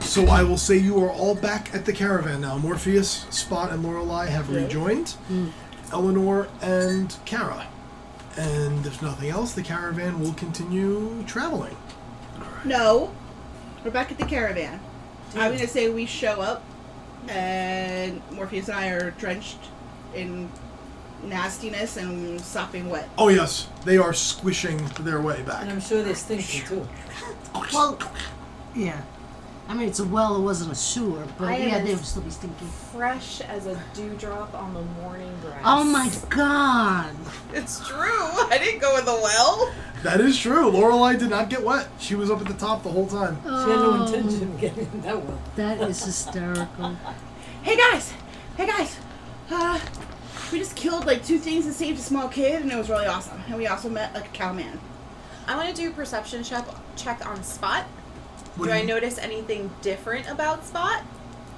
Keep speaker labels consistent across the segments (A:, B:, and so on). A: So I will say you are all back at the caravan now. Morpheus, Spot, and Lorelei have rejoined. Eleanor and Kara. And if nothing else, the caravan will continue traveling.
B: No, we're back at the caravan. I'm gonna say we show up, and Morpheus and I are drenched in nastiness and sopping wet.
A: Oh yes, they are squishing their way back.
C: And I'm sure there's things to do.
D: Well, yeah. I mean, it's a well. It wasn't a sewer, but
E: I
D: yeah,
E: am
D: they
E: in-
D: would still be stinking.
E: Fresh as a dewdrop on the morning grass.
D: Oh my god!
B: It's true. I didn't go in the well.
A: That is true. Lorelai did not get wet. She was up at the top the whole time.
C: She had no
D: Oh,
C: intention of getting in that well.
D: that is hysterical.
B: Hey guys, hey guys. Uh, we just killed like two things and saved a small kid, and it was really awesome. And we also met a cow man.
F: I want to do a perception check check on Spot.
A: What
F: do
A: do
F: I
A: you-
F: notice anything different about Spot?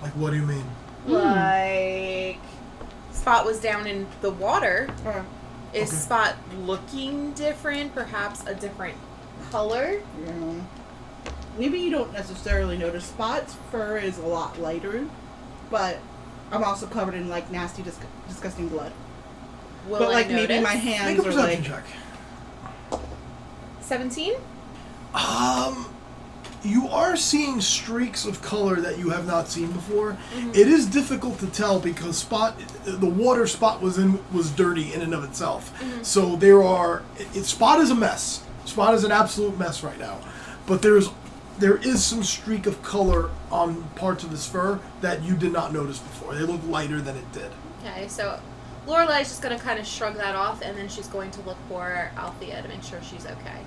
A: Like, what do you mean?
B: Hmm.
F: Like Spot was down in the water.
B: Uh,
F: Is
A: Okay.
F: Spot looking different? Perhaps a different color?
B: yeah. Maybe you don't necessarily notice spots. Fur is a lot lighter, but I'm also covered in like nasty, dis- disgusting blood.
F: Will
B: but like
F: I notice?
B: maybe my
A: Make a
B: hands are like
A: perception check.
F: Seventeen.
A: Um, you are seeing streaks of color that you have not seen before. It is difficult to tell because spot the water spot was in was dirty in and of itself. So there are it, it- spot is a mess. Spot is an absolute mess right now. But there's there is some streak of color on parts of his fur that you did not notice before. They look lighter than it did.
F: Okay, so Lorelai's just gonna kind of shrug that off, and then she's going to look for Althea to make sure she's okay.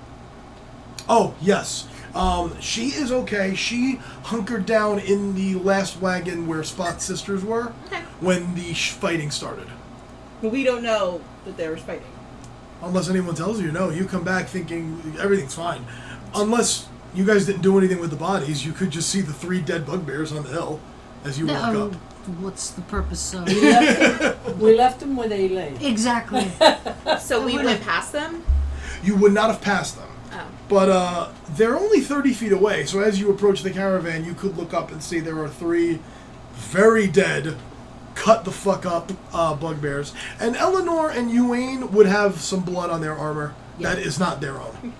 A: Oh yes, um, she is okay. She hunkered down in the last wagon where Spot's sisters were
F: Okay.
A: when the sh- fighting started.
B: But we don't know that they were fighting.
A: Unless anyone tells you no, you come back thinking everything's fine. Unless you guys didn't do anything with the bodies, you could just see the three dead bugbears on the hill as you walk
D: Um,
A: up.
D: what's the purpose of
C: We left them, we left them where they lay.
D: exactly?
B: Uh,
F: So we
B: oh,
D: would've-
F: went past them.
A: You would not have passed them.
F: Oh,
A: But uh, they're only 30 feet away, so as you approach the caravan, you could look up and see there are three very dead, cut the fuck up uh, bugbears. And Eleanor and Ewain would have some blood on their armor that is not their own.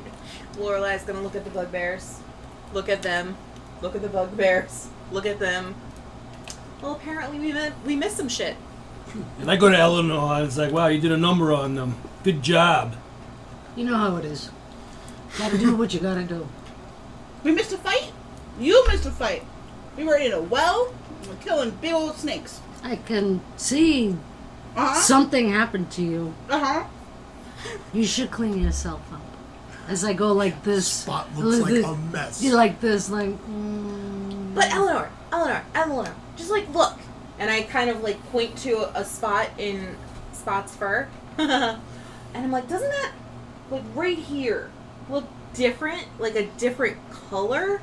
F: Lorelai's gonna look at the bugbears, look at them, look at the bugbears, look at them. Well, apparently we met, we missed some shit.
G: And I go to Eleanor. I was like, wow, you did a number on them. Good job.
D: You know how it is. Gotta do what you gotta do.
B: We missed a fight? You missed a fight. We were in a well, we were killing big old snakes.
D: I can see
B: Uh huh.
D: something happened to you.
B: uh huh.
D: You should clean yourself up. As I go like this,
A: Spot looks like a mess.
D: You like this, like. Mm,
F: But Eleanor, Eleanor, Eleanor, just like look. And I kind of like point to a spot in Spot's fur. and I'm like, doesn't that, like right here, look different? Like a different color?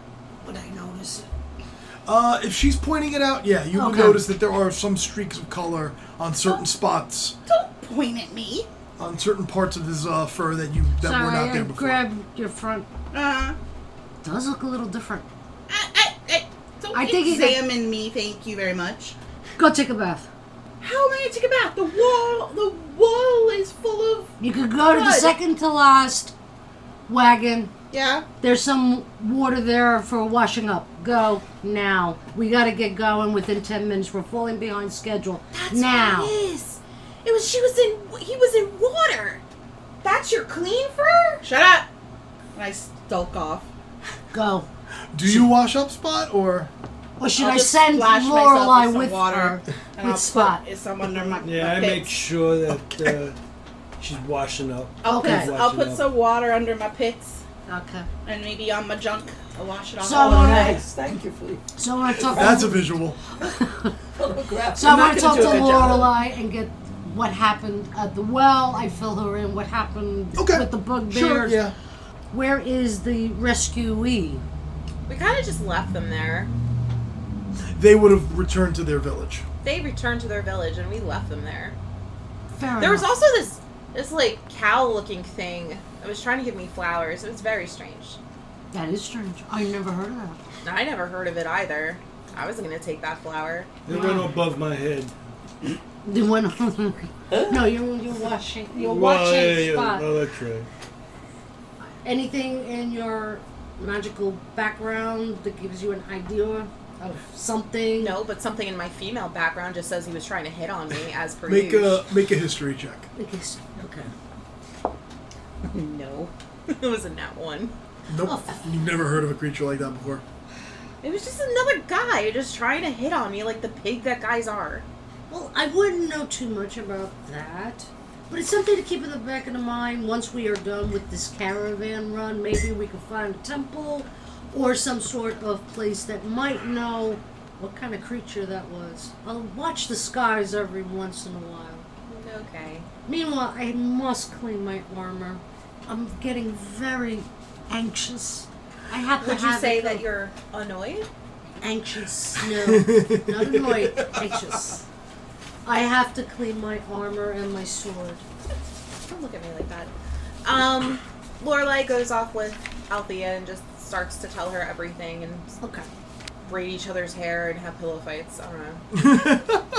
D: would I notice it?
A: Uh, if she's pointing it out, yeah, you would
D: Okay.
A: notice that there are some streaks of color on certain spots,
B: Don't point at me.
A: on certain parts of his uh, fur that you that
D: Sorry,
A: were not
D: I
A: there before.
D: grabbed your front.
B: Uh huh.
D: Does look a little different.
B: I, I, I, don't
D: I think you could-
B: examine me, thank you very much.
D: Go take a bath.
B: How am I gonna take a bath? The wall, the wall is full of.
D: You could go to the
B: Good.
D: second to last wagon.
B: Yeah.
D: There's some water there for washing up. Go now. We gotta get going within 10 minutes. We're falling behind schedule. now.
F: What it is. It was, she was in, he was in water. That's your clean fur?
B: Shut up. And I stalk off.
D: Go.
A: Do you wash up spot or?
D: Or should
B: I'll
D: i
B: just
D: send
B: splash myself
D: Lorelei
B: some
D: with
B: water
D: her?
B: and I'll
D: with Spot.
B: Put it some under my.
G: Yeah,
B: my
G: I make
B: pits.
G: sure that uh, she's washing up.
B: I'll
D: Okay.
B: put, I'll
G: Watch it
B: put
G: up.
B: some water under my pits
D: Okay.
B: and maybe on my junk. I'll wash it off.
D: So
B: all
D: am
B: night.
C: Nice, thank you for the
D: So I want to talk.
A: That's a visual.
C: photograph.
D: So I want to
B: gonna
D: talk
B: do
D: to
B: a good job.
D: Lorelai and get what happened at the well. I fill her in what happened
A: Okay.
D: with the bugbears.
A: Sure. Yeah.
D: Where is the rescuee?
F: We kind of just left them there.
A: They would have returned to their village.
F: They returned to their village and we left them there.
D: Fair
F: There was
D: enough.
F: also this this like cow looking thing. It was trying to give me flowers. It was very strange.
D: That is strange. I never heard of that.
F: I never heard of it either. I was gonna take that flower.
G: It went above my head.
D: The one. no, you're you're washing. You're
G: Well,
D: watching
G: yeah, yeah,
D: spot.
G: well, that's right.
D: Anything in your magical background that gives you an idea of something?
F: No, but something in my female background just says he was trying to hit on me as per
A: Make
F: usual.
A: a make a history check.
D: Okay. s- okay.
F: no. it was a nat one.
A: Nope.
D: Oh,
A: You've never heard of a creature like that before.
F: It was just another guy just trying to hit on me like the pig that guys are.
D: Well, I wouldn't know too much about that. But it's something to keep in the back of the mind once we are done with this caravan run. Maybe we can find a temple or some sort of place that might know what kind of creature that was. I'll watch the skies every once in a while.
F: Okay.
D: Meanwhile, I must clean my armor. I'm getting very anxious. I have to
F: Would you
D: have
F: say
D: it
F: that
D: go-
F: you're annoyed?
D: anxious? No, not annoyed. Anxious. I have to clean my armor and my sword.
F: Don't look at me like that. Um, Lorelai goes off with Althea and just starts to tell her everything and
D: Okay.
F: braid each other's hair and have pillow fights. I don't know.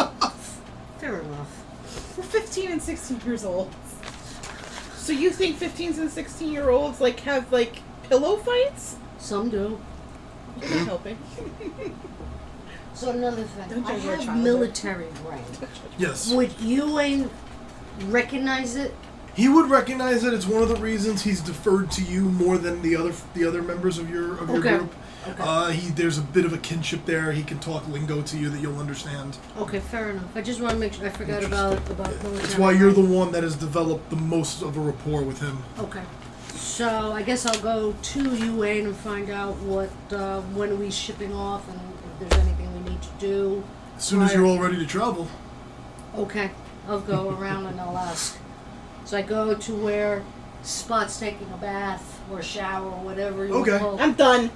D: Fair enough.
B: We're 15 and 16 years old. So you think 15s and 16 year olds like have like pillow fights?
D: Some do.
B: You're not helping.
D: So another thing.
F: Don't
D: I
F: judge your
D: have
F: childhood.
D: military rank.
A: Yes.
D: Would Ewan recognize it?
A: He would recognize it. It's one of the reasons he's deferred to you more than the other the other members of your of your
D: Okay.
A: group. Uh, he there's a bit of a kinship there. He can talk lingo to you that you'll understand.
D: Okay, fair enough. I just want to make sure I forgot about about military.
A: It's why you're the
D: rank.
A: one that has developed the most of a rapport with him.
D: Okay. So I guess I'll go to Ewan and find out what uh, when are we shipping off and if there's anything we need to do.
A: As soon as
D: Right.
A: you're all ready to travel,
D: Okay, I'll go around and I'll ask. So I go to where Spot's taking a bath or shower or whatever you wanna
A: Okay.
D: call it.
B: I'm done.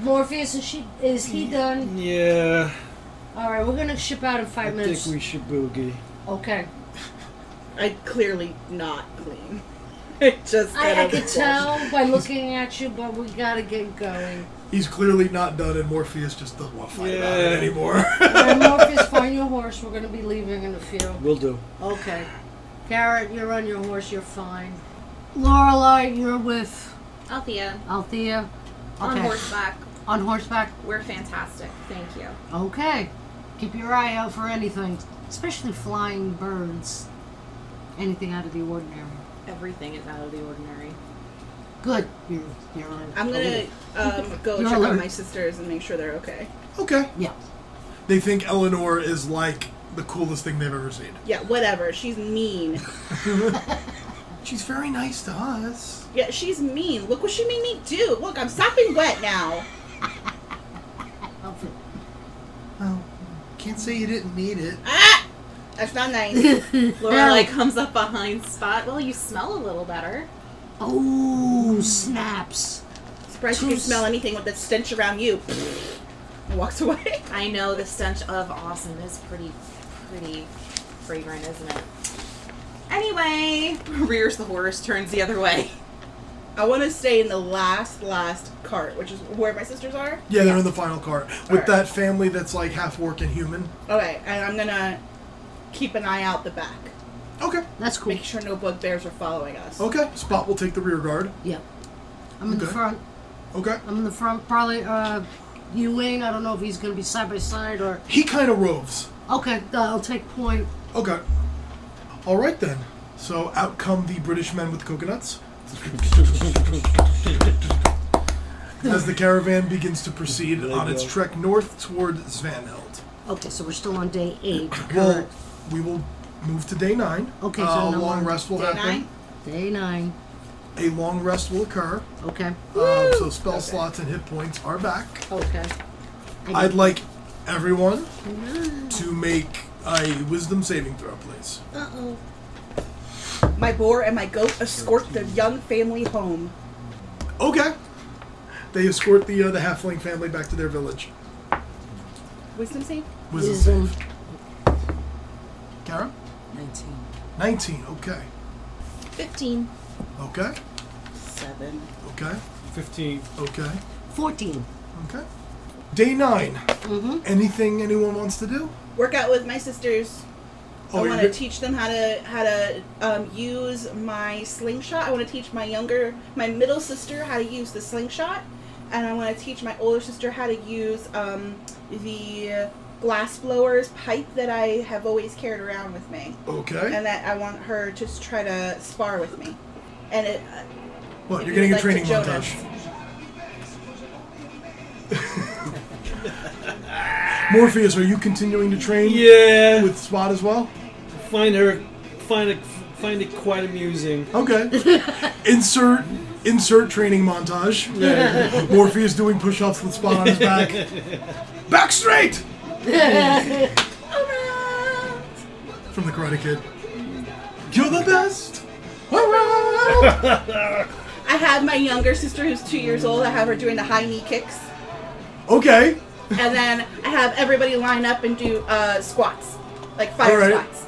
D: Morpheus is she is he done?
G: Yeah,
D: All right, we're gonna ship out in five
G: I
D: minutes.
G: think we should boogie.
D: okay.
B: I clearly not clean. I just got
D: I, I
B: over
D: could
B: the
D: tell by looking at you, but we gotta get going.
A: he's clearly not done, and Morpheus just doesn't want to fight about
G: Yeah.
A: it anymore.
D: All right, Morpheus, find your horse. We're gonna be leaving in a few.
G: Will do.
D: Okay. Garrett, you're on your horse. You're fine. Lorelai, you're with
F: Althea,
D: Althea.
F: on
D: Okay.
F: horseback.
D: On horseback.
F: We're fantastic. Thank you.
D: Okay. Keep your eye out for anything, especially flying birds. Anything out of the ordinary.
F: Everything is out of the ordinary.
D: Good. You're, you're on.
B: I'm gonna um, go
D: You're
B: check
D: alert.
B: on my sisters and make sure they're okay.
A: okay.
D: Yeah.
A: They think Eleanor is like the coolest thing they've ever seen.
B: Yeah, whatever. She's mean.
A: She's very nice to us.
B: Yeah, she's mean. Look what she made me do. Look, I'm sopping wet now.
A: Well, can't say you didn't need it.
B: Ah, that's not nice.
F: Lorelai comes up behind Spot. Well, you smell a little better.
D: Oh, snaps.
B: Surprised you can smell anything with that stench around you. And Walks away.
F: I know the stench of awesome is pretty, pretty fragrant, isn't it? Anyway, rears the horse, turns the other way.
B: I want to stay in the last, last cart, which is where my sisters are.
A: Yeah, they're in the final cart with
B: Alright.
A: that family that's like half orc and human.
B: Okay, and I'm gonna keep an eye out the back.
A: Okay.
D: That's cool.
B: Make sure no bugbears are following us.
A: Okay. Spot will take the rear guard.
D: Yeah. I'm in the
A: Okay.
D: front.
A: Okay.
D: I'm in the front. Probably uh, Ewing. I don't know if he's gonna be side by side or.
A: He kind of roves.
D: Okay, I'll take point.
A: Okay. All right then. So out come the British men with coconuts as the caravan begins to proceed on its trek north toward Svanhild.
D: Okay, so we're still on day eight.
A: Well,
D: correct?
A: we will move to day nine.
D: Okay, so
A: Uh, a
D: no
A: long
D: more-
A: rest will
B: Day
A: happen.
B: nine?
D: Day nine.
A: A long rest will occur.
D: Okay.
A: Um, so spell slots and hit points are back.
D: Okay.
A: I'd like everyone to make a wisdom saving throw, please.
D: Uh oh.
B: My boar and my goat escort the young family home.
A: Okay. They escort the uh, the halfling family back to their village.
B: Wisdom save?
A: Wisdom.
D: Wisdom.
A: save. Kara?
C: 19.
A: 19. Okay.
F: 15.
A: Okay.
B: seven.
A: Okay.
G: 15.
A: Okay.
D: 14.
A: Okay. Day 9 Anything anyone wants to do?
B: Work out with my sisters. I
A: Oh, you're
B: want to
A: good?
B: teach them how to how to um, use my slingshot. I want to teach my younger, my middle sister how to use the slingshot, and I want to teach my older sister how to use um, the glass blower's pipe that I have always carried around with me,
A: okay.
B: and that I want her to s- try to spar with me. And it,
A: What? You're
B: it
A: getting a
B: like
A: training
B: to Jonas.
A: montage. Morpheus, are you continuing to train
G: Yeah.
A: with Spot as well?
G: find her find it find it quite amusing.
A: Okay. insert insert training montage. Morpheus doing push-ups with Spot on his back. back straight.
B: Oh,
A: From the Karate Kid. You're the best.
B: Oh,
A: Around.
B: I have my younger sister who's two years old. I have her doing the high knee kicks,
A: okay.
B: and then I have everybody line up and do uh, squats, like five
A: All right.
B: squats.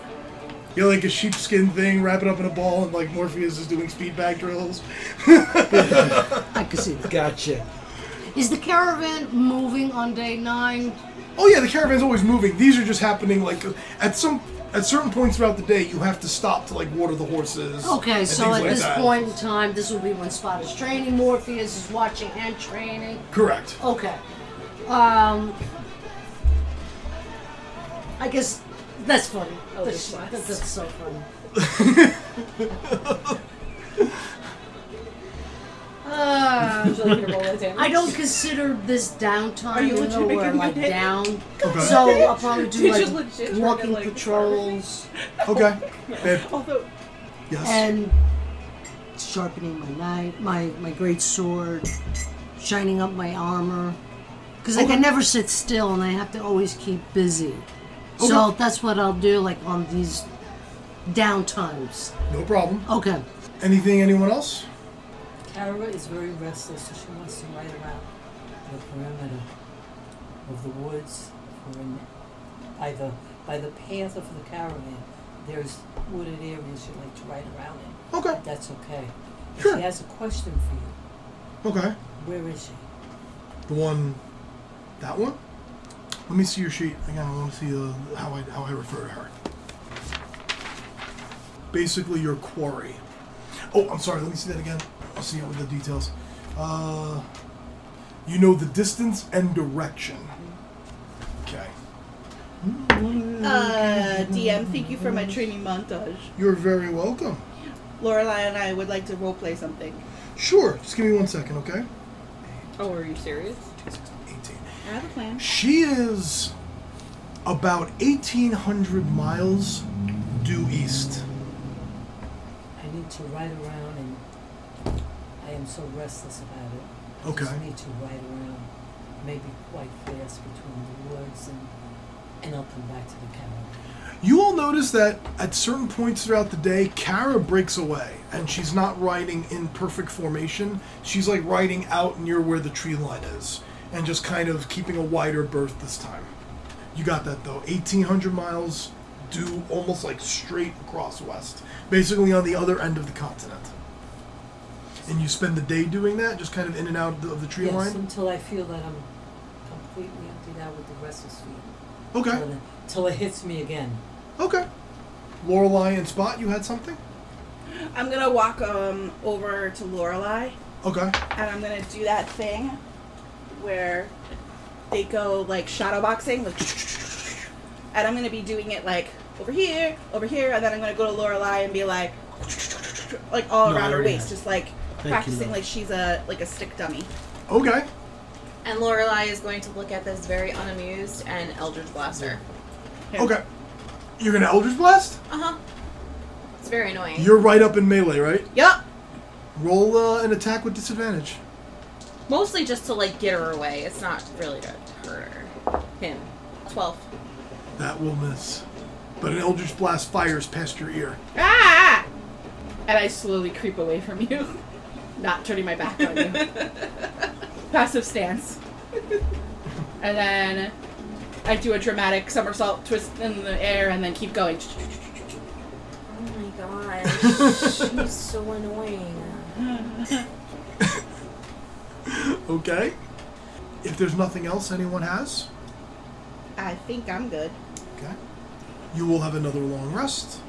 A: You're like a sheepskin thing, wrap it up in a ball, and like Morpheus is doing speed bag drills.
D: I can see that.
G: Gotcha.
D: Is the caravan moving on day nine?
A: Oh yeah, the caravan's always moving. These are just happening like at some at certain points throughout the day. You have to stop to like water the horses.
D: Okay,
A: and
D: so
A: things
D: at
A: like
D: this
A: that.
D: point in time, this will be when Spot is training. Morpheus is watching and training.
A: correct.
D: Okay. Um. I guess that's funny. That's,
E: Older class.
D: that's so funny. uh, Uh,
E: Would you like me to roll a damage?
D: I don't consider this downtime.
B: Are you
D: even though
B: legit
D: we're
B: making
D: like
B: me hit?
D: down,
A: Okay.
D: so I'll probably do
E: Did you
D: like
E: legit try to,
D: walking
E: like,
D: patrols
A: Okay. Babe,
B: Although
A: yes.
D: and sharpening my knife, my my great sword, shining up my armor, because I can never sit still and I have to always keep busy. So that's what I'll do, like on these down times.
A: no problem.
D: Okay.
A: Anything? Anyone else?
C: Kara is very restless, so she wants to ride around the perimeter of the woods or in, by the by the path of the caravan. There's wooded areas she like to ride around in.
A: Okay.
C: That's okay. But
A: Sure.
C: She has a question for you.
A: Okay.
C: Where is she?
A: The one, that one. Let me see your sheet again. I want to see uh, how I how I refer to her. Basically, your quarry. Oh, I'm sorry. Let me see that again. I'll see it with the details. Uh, you know the distance and direction. Okay.
B: Uh, DM, thank you for my training montage.
A: You're very welcome.
B: Lorelai and I would like to roleplay something.
A: Sure. Just give me one second, okay?
E: Oh, are you serious?
A: 18.
B: I have a plan.
A: She is about 1,800 miles due east.
C: I need to ride around and I am so restless about it. I
A: Okay.
C: just need to ride around, maybe quite fast between the woods and and I'll come back to the caravan.
A: You all notice that at certain points throughout the day, Kara breaks away and she's not riding in perfect formation. She's like riding out near where the tree line is and just kind of keeping a wider berth this time. You got that though. 1800 miles due almost like straight across west, basically on the other end of the continent. And you spend the day doing that, just kind of in and out of the, of the tree
C: yes,
A: line?
C: until I feel that I'm completely emptied out with the restless feeling.
A: Okay.
C: Till it- Till it hits me again.
A: Okay. Lorelei and Spot, you had something?
B: I'm gonna walk um over to Lorelai
A: Okay.
B: and I'm gonna do that thing where they go like shadow boxing, like, and I'm gonna be doing it like over here, over here, and then I'm gonna go to Lorelai and be like, like all
G: No, I
B: around her
G: already
B: waist,
G: have.
B: just like
G: you,
B: practicing
G: love.
B: like she's a like a stick dummy.
A: Okay.
F: And Lorelai is going to look at this very unamused and Eldritch Blaster.
A: Okay. You're gonna Eldritch Blast?
F: Uh huh. It's very annoying.
A: You're right up in melee, right?
B: Yup.
A: Roll uh, an attack with disadvantage.
F: Mostly just to like get her away. It's not really to hurt her. Him. Twelve.
A: That will miss. But an Eldritch Blast fires past your ear.
B: Ah! And I slowly creep away from you, not turning my back on you. Passive stance. and then I do a dramatic somersault twist in the air and then keep going.
F: Oh my gosh. She's so annoying.
A: Okay. If there's nothing else anyone has,
B: I think I'm good.
A: okay, you will have another long rest,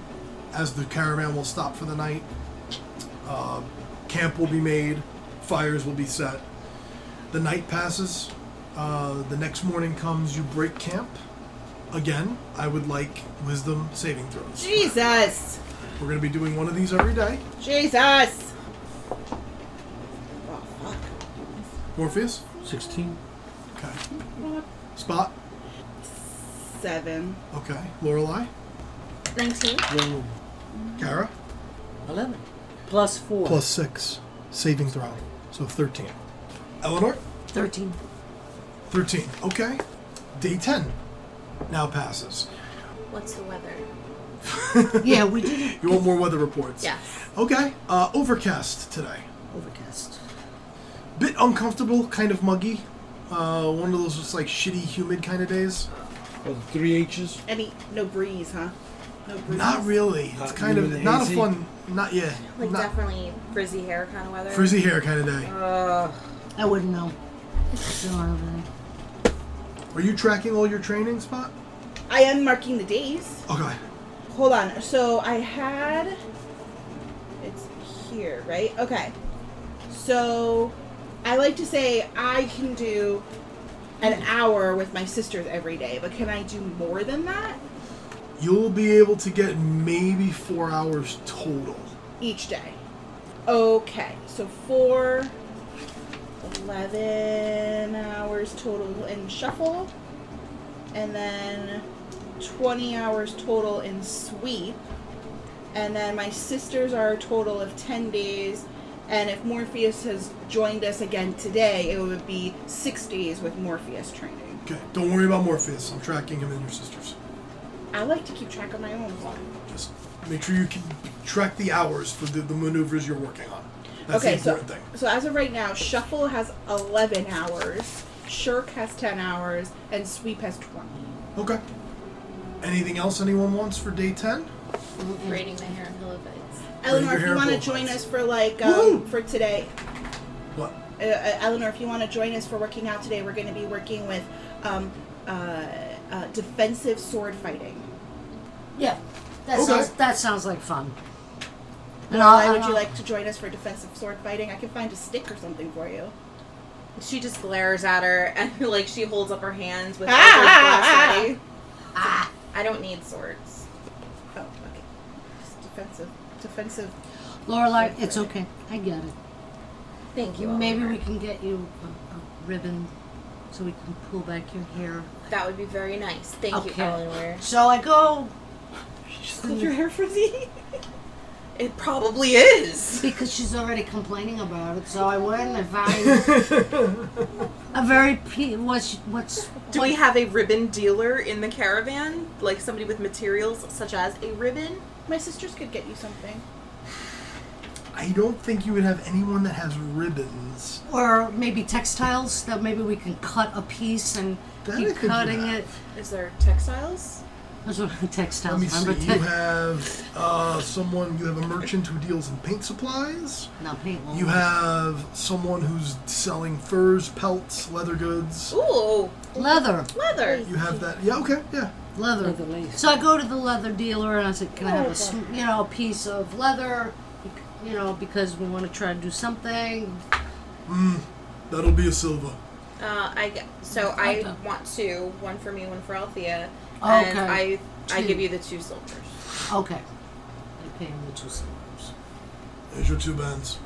A: as the caravan will stop for the night. Uh, camp will be made, fires will be set. The night passes. Uh, the next morning comes. You break camp. Again, I would like wisdom saving throws.
B: Jesus!
A: We're going to be doing one of these every day.
B: Jesus!
A: Morpheus.
G: 16.
A: Okay. Spot.
B: Seven.
A: Okay. Lorelei.
F: 19.
G: Whoa.
A: Kara.
C: 11. Plus 4.
A: Plus six. Saving throw. So 13. Eleanor.
C: 13.
A: 13. Okay. Day 10 now passes.
F: What's the weather?
D: Yeah, we did it.
A: You want more weather reports?
F: Yes.
A: Okay. Uh, overcast today.
C: Overcast.
A: Bit uncomfortable, kind of muggy. Uh, one of those just like shitty, humid kind of days.
G: Oh, three H's.
B: Any no breeze, huh? No breeze.
A: Not really. It's
G: Not
A: kind of
G: even
A: not a
G: hazy.
A: fun. Not yeah.
F: Like
A: not
F: definitely frizzy hair kind of weather.
A: frizzy hair kind of day.
D: I wouldn't know. Don't know that.
A: Are you tracking all your training spot?
B: I am marking the days.
A: Okay.
B: Hold on. So I had. It's here, right? Okay. So I like to say I can do an hour with my sisters every day, but can I do more than that
A: You'll be able to get maybe four hours total.
B: each day? Okay. So four. 11 hours total in shuffle and then 20 hours total in sweep and then my sisters are a total of 10 days and if morpheus has joined us again today it would be six days with morpheus training
A: Okay. Don't worry about Morpheus. I'm tracking him and your sisters.
B: i like to keep track of my own
A: Just make sure you can track the hours for the, the maneuvers you're working on. That's
B: okay
A: the important
B: so,
A: thing.
B: so as of right now shuffle has 11 hours shirk has 10 hours and sweep has 20
A: Okay. Anything else anyone wants for day 10?
E: Braiding the hair in Hillowbites.
B: eleanor
A: your
B: if
A: hair
B: you want to
A: both
B: join
A: ways.
B: us for like
A: Woohoo!
B: um, for today
A: What?
B: uh, uh, Eleanor, if you want to join us for working out today, we're going to be working with um, uh, uh, defensive sword fighting.
D: Yeah, that
A: Okay.
D: sounds that sounds like fun. Uh, And
B: Why
D: I'll-
B: would you
D: I'll-
B: like to join us for defensive sword fighting? I can find a stick or something for you.
F: She just glares at her and like she holds up her hands with
B: Ah,
F: ah,
B: ah,
F: ready. I don't need swords.
B: Oh, okay. Just defensive, defensive.
D: Lorelai? It's okay. I get it.
F: Thank you.
D: Maybe
F: Oliver.
D: we can get you a, a ribbon so we can pull back your hair.
F: That would be very nice. Thank
D: Okay.
F: you, Eleanor.
D: So I go
B: your hair frizzy?
F: It probably is.
D: because she's already complaining about it. So I went and I found a very pe- what's what's
F: Do we have a ribbon dealer in the caravan? Like somebody with materials such as a ribbon?
B: My sisters could get you something.
A: I don't think you would have anyone that has ribbons.
D: or maybe textiles that maybe we can cut a piece and
A: That I
D: keep
A: could do
D: cutting
A: that.
D: it.
F: Is there textiles?
D: Those are textiles.
A: Let me see.
D: remember
A: You
D: tex-
A: have uh, someone, you have a merchant who deals in paint supplies.
D: no paint. won't
A: You
D: work.
A: have someone who's selling furs, pelts, leather goods.
F: Ooh,
D: leather,
F: leather.
A: You have that. Yeah, okay, yeah.
D: leather.
C: Leather lace.
D: So I go to the leather dealer and I said, "Can I have a sm- you know a piece of leather, you know, because we want to try to do something."
A: That'll be a silver.
F: Uh, I g- so I want two, one for me, one for Althea, and
D: Okay.
F: I I
D: Two.
F: give you the Oh, two silvers.
D: Okay, I pay him the two silvers.
A: There's your two bands.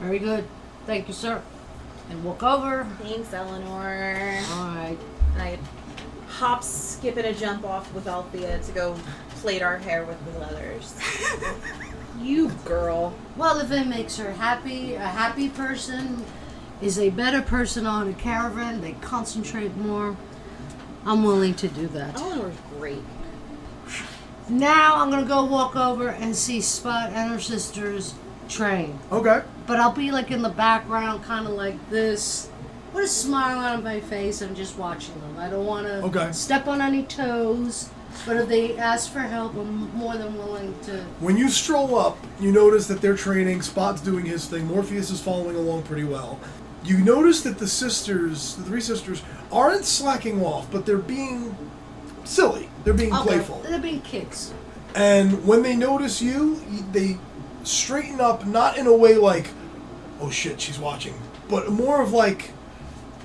D: Very good. Thank you, sir. And walk over.
F: Thanks, Eleanor.
D: All right.
F: And I hop, skip, and a jump off with Althea to go plait our hair with the leathers.
B: You girl.
D: Well, if it makes her happy, a happy person is a better person on a caravan. They concentrate more. I'm willing to do that.
F: Eleanor's great.
D: Now I'm gonna go walk over and see Spot and her sisters train.
A: Okay.
D: But I'll be like in the background, kind of like this, with a smile on my face. I'm just watching them. I don't want to
A: Okay.
D: step on any toes. But if they ask for help, I'm more than willing to.
A: When you stroll up, you notice that they're training. Spot's doing his thing. Morpheus is following along pretty well. you notice that the sisters, the three sisters, aren't slacking off, but they're being silly. They're being
D: Okay,
A: playful.
D: They're being kids.
A: And when they notice you, y- they straighten up, not in a way like, oh shit, she's watching, but more of like,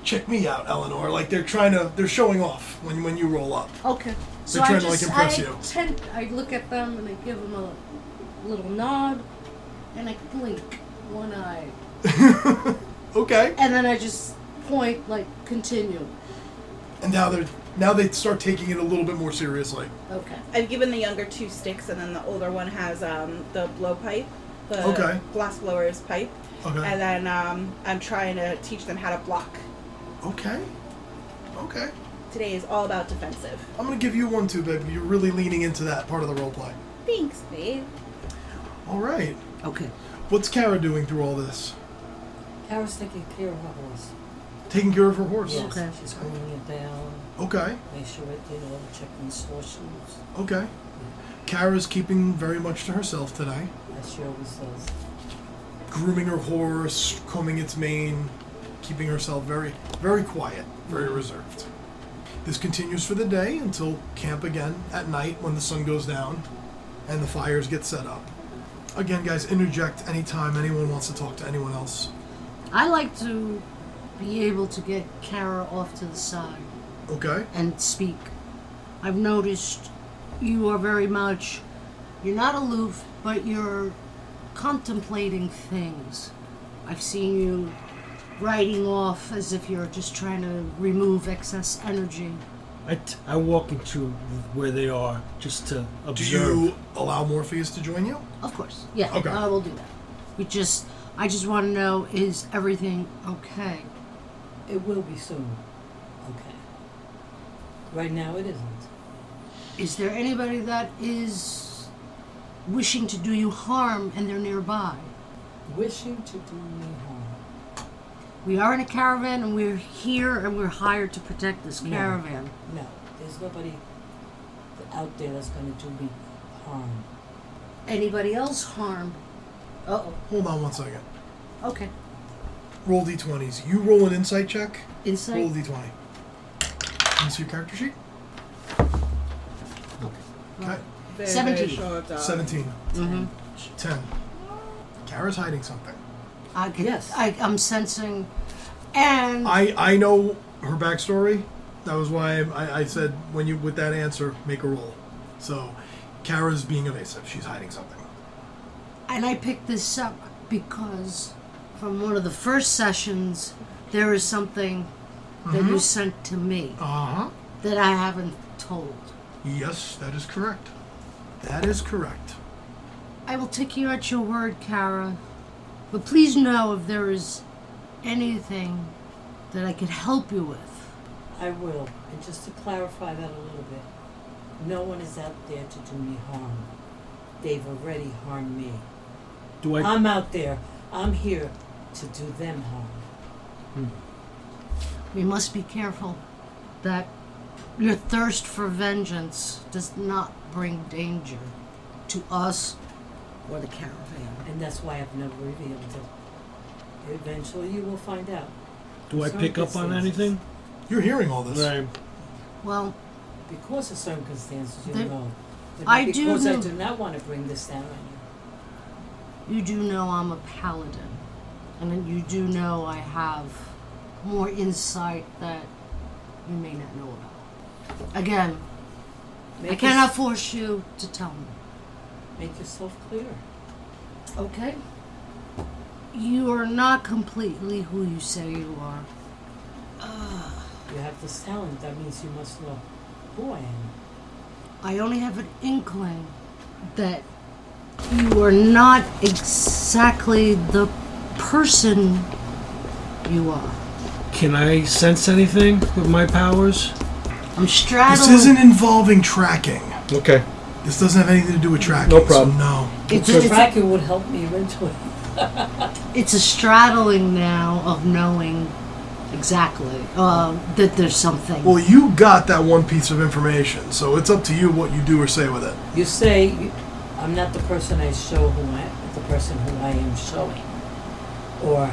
A: check me out, Eleanor. Like they're trying to, they're showing off when, when you roll up.
D: Okay. So
A: They're
D: I
A: trying to, like,
D: just
A: impress
D: I
A: you.
D: tend I look at them and I give them a little nod, and I blink one eye,
A: okay.
D: and then I just point like continue.
A: And now they're, now they start taking it a little bit more seriously.
D: Okay.
B: I've given the younger two sticks, and then the older one has um, the blowpipe, the
A: Okay.
B: glass blower's pipe,
A: Okay.
B: and then um, I'm trying to teach them how to block.
A: Okay. Okay.
B: Today is all about defensive.
A: I'm gonna give you one too, babe. You're really leaning into that part of the role play.
F: Thanks, babe.
A: All right.
C: Okay.
A: What's Kara doing through all this?
C: Kara's taking care of her horse.
A: Taking care of her horse.
C: Yes,
D: Okay.
C: she's combing it down,
A: Okay.
C: make sure it did all the checking sources,
A: Okay. Kara's keeping very much to herself today.
C: as she always does.
A: Grooming her horse, combing its mane, keeping herself very, very quiet, very reserved. This continues for the day until camp again at night when the sun goes down and the fires get set up. Again, guys, interject anytime anyone wants to talk to anyone else.
D: I like to be able to get Kara off to the side
A: Okay?
D: and speak. I've noticed you are very much, you're not aloof, but you're contemplating things. I've seen you writing off as if you're just trying to remove excess energy.
G: I, t- I walk into where they are just to
A: Do
G: observe.
A: you allow Morpheus to join you?
D: Of course, yeah,
A: Okay.
D: I will do that. We just, I just want to know is everything okay?
C: It will be soon. Okay. Right now it isn't.
D: Is there anybody that is wishing to do you harm and they're nearby?
C: Wishing to do me harm.
D: We are in a caravan and we're here and we're hired to protect this
C: Yeah.
D: caravan.
C: No, there's nobody out there that's going to do me harm.
D: Anybody else harm? Uh oh.
A: Hold on one second.
D: Okay.
A: Roll d20s. You roll an insight check. Roll a
D: Insight.
A: d20. Into your character sheet. Okay.
B: Very,
D: 17.
B: short, uh,
A: 17.
D: Mm-hmm.
A: 10. Kara's hiding something.
D: I can,
C: Yes.
D: I, I'm sensing, and
A: I, I know her backstory. That was why I, I said when you with that answer, make a roll. So Kara's being evasive. She's hiding something.
D: and I picked this up because from one of the first sessions there is something that you sent to me
A: Uh-huh.
D: that I haven't told.
A: Yes, that is correct. That is correct.
D: I will take you at your word, Kara. But please know if there is anything that I could help you with.
C: I will. And just to clarify that a little bit, no one is out there to do me harm. They've already harmed me.
G: Do I?
C: I'm out there. I'm here to do them harm.
D: We must be careful that your thirst for vengeance does not bring danger to us or the caravan.
C: And that's why I've never revealed it. Eventually you will find out.
G: Do I
C: Some
G: pick up on anything?
C: distances.
A: You're hearing all this.
G: Right.
D: Well,
C: Because of circumstances, you
D: There-
C: know. But
D: I
C: not
D: do
C: Because I
D: know-
C: do not want to bring this down on you.
D: you do know I'm a paladin, and you do know I have more insight that you may not know about. Again, I
C: Make
D: cannot force you to tell me.
C: yours- make yourself clear.
D: Okay. You are not completely who you say you are.
C: You have this talent. That means you must know who I am.
D: I only have an inkling that you are not exactly the person you are.
G: Can I sense anything with my powers?
D: I'm straddling.
A: This isn't involving tracking.
G: Okay.
A: This doesn't have anything to do with tracking.
G: No problem.
A: So no.
D: It's,
C: The
D: it's,
C: tracker would help me eventually.
D: it's a straddling now of knowing exactly uh, that there's something.
A: Well, you got that one piece of information, so it's up to you what you do or say with it.
C: You say I'm not the person I show who I the person who I am showing, or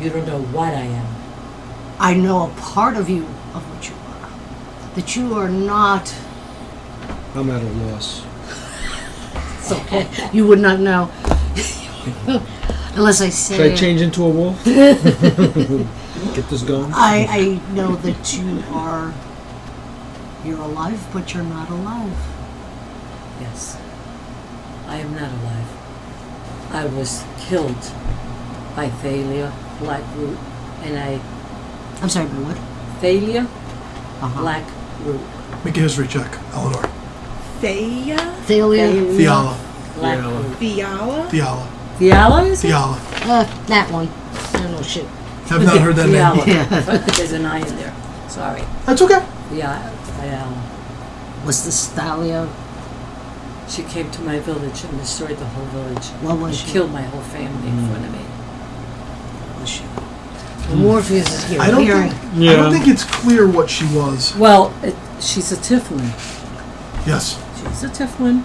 C: You don't know what I am.
D: I know a part of you of what you are. That you are not
H: I'm at a loss.
D: It's okay. You would not know. Unless I say
H: Should I
D: it.
H: change into a wolf? Get this going.
D: I, I know that you are you're alive, but you're not alive.
C: Yes. I am not alive. I was killed by Thalia Blackroot, and I
D: I'm sorry, but what?
C: Thalia
D: Uh-huh.
C: Blackroot.
A: Make a history check, Eleanor.
B: Thea?
D: Thalia.
A: Theala.
C: Blackroot.
B: Fiala?
A: Theala.
C: Fiala is it?
A: Theala.
D: Uh, that one. I don't know shit.
A: Have not heard that
C: Fiala.
A: name.
C: There's an I in there. Sorry.
A: That's okay.
C: Fiala. Fiala.
D: Was this Thalia?
C: She came to my village and destroyed the whole village.
D: What was
C: and
D: she?
C: killed my whole family in front of me.
D: Was she? Morpheus is here.
A: I don't
D: Here I-
A: think I don't think it's clear what she was.
C: Well, it, she's a Tiflin.
A: Yes.
C: She's a Tiflin.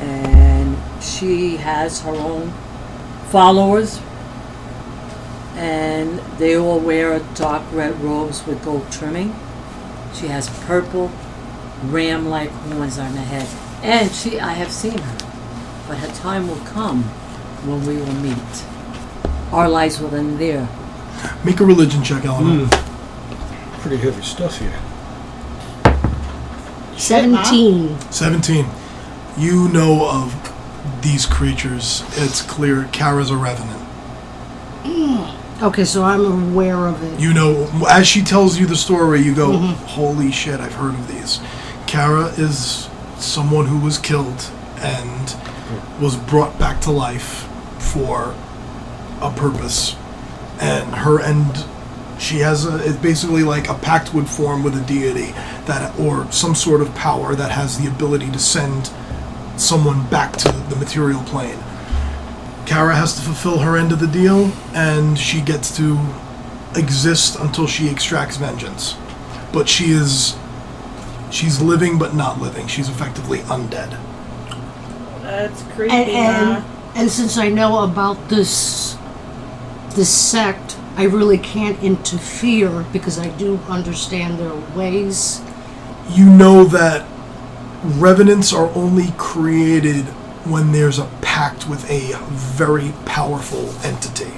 C: And she has her own followers. And they all wear dark red robes with gold trimming. She has purple ram like horns on her head. And she, I have seen her. But her time will come when we will meet. Our lives will end there.
A: Make a religion check, Eleanor.
H: Pretty heavy stuff here.
D: Seventeen.
A: 17. You know of these creatures. It's clear Kara's a revenant.
D: Okay, so I'm aware of it.
A: You know, as she tells you the story, you go, holy shit, I've heard of these. Kara is someone who was killed and was brought back to life for a purpose. And her end, she has a, it's basically like a pact would form with a deity that, or some sort of power that has the ability to send someone back to the material plane. Kara has to fulfill her end of the deal, and she gets to exist until she extracts vengeance. But she is. She's living but not living. She's effectively undead.
B: That's creepy.
D: and, and,
B: huh?
D: and since I know about this this sect, I really can't interfere because I do understand their ways.
A: You know that revenants are only created when there's a pact with a very powerful entity.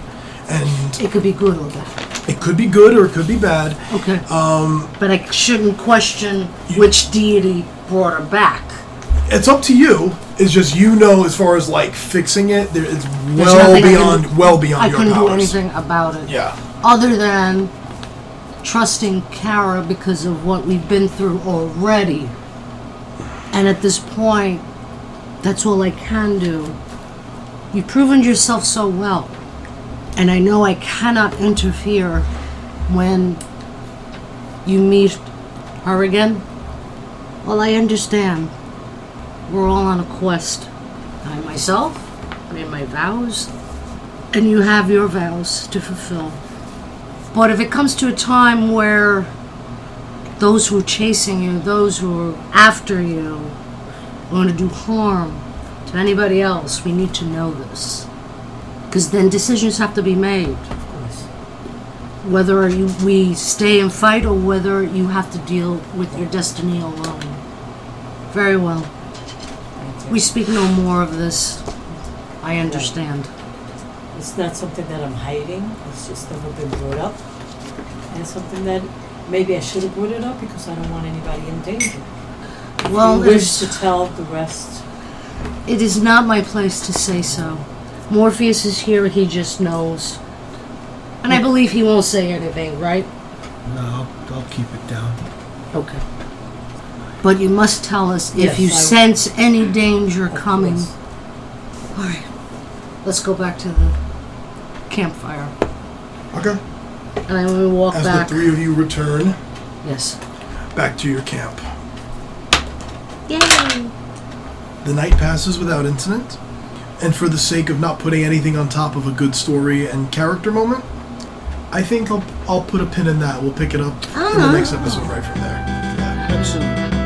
A: And
D: It could be good or bad.
A: it could be good or it could be bad.
D: Okay. Um, but I shouldn't question which deity brought her back.
A: It's up to you. It's just you know as far as like fixing it, there it's
D: There's
A: well
D: nothing I
A: beyond
D: can-
A: well beyond
D: I
A: your
D: couldn't do
A: powers.
D: anything about it.
A: Yeah.
D: Other than trusting Kara because of what we've been through already. And at this point, that's all I can do. You've proven yourself so well. And I know I cannot interfere when you meet her again. Well, I understand. We're all on a quest. I myself made my vows, and you have your vows to fulfill. But if it comes to a time where those who are chasing you, those who are after you, want to do harm to anybody else, we need to know this. Because then decisions have to be made.
C: Of course.
D: Whether you, we stay and fight or whether you have to deal with your destiny alone. Very well. We speak no more of this. I understand.
C: It's not something that I'm hiding. It's just never been brought up. And it's something that maybe I should have brought it up because I don't want anybody in danger.
D: Well,
C: you wish
D: there's-
C: to tell the rest.
D: It is not my place to say so. Morpheus is here, he just knows. And I believe he won't say anything, right?
H: No, I'll, I'll keep it down.
D: Okay. But you must tell us
C: Yes,
D: if you
C: I-
D: sense any danger coming.
C: Yes.
D: All right. Let's go back to the campfire.
A: Okay.
D: And then we walk
A: As
D: back.
A: the three of you return
D: yes.
A: back to your camp.
E: Yay!
A: The night passes without incident, and for the sake of not putting anything on top of a good story and character moment, I think I'll, I'll put a pin in that. We'll pick it up in the next episode right from there. Yeah.
D: Absolutely.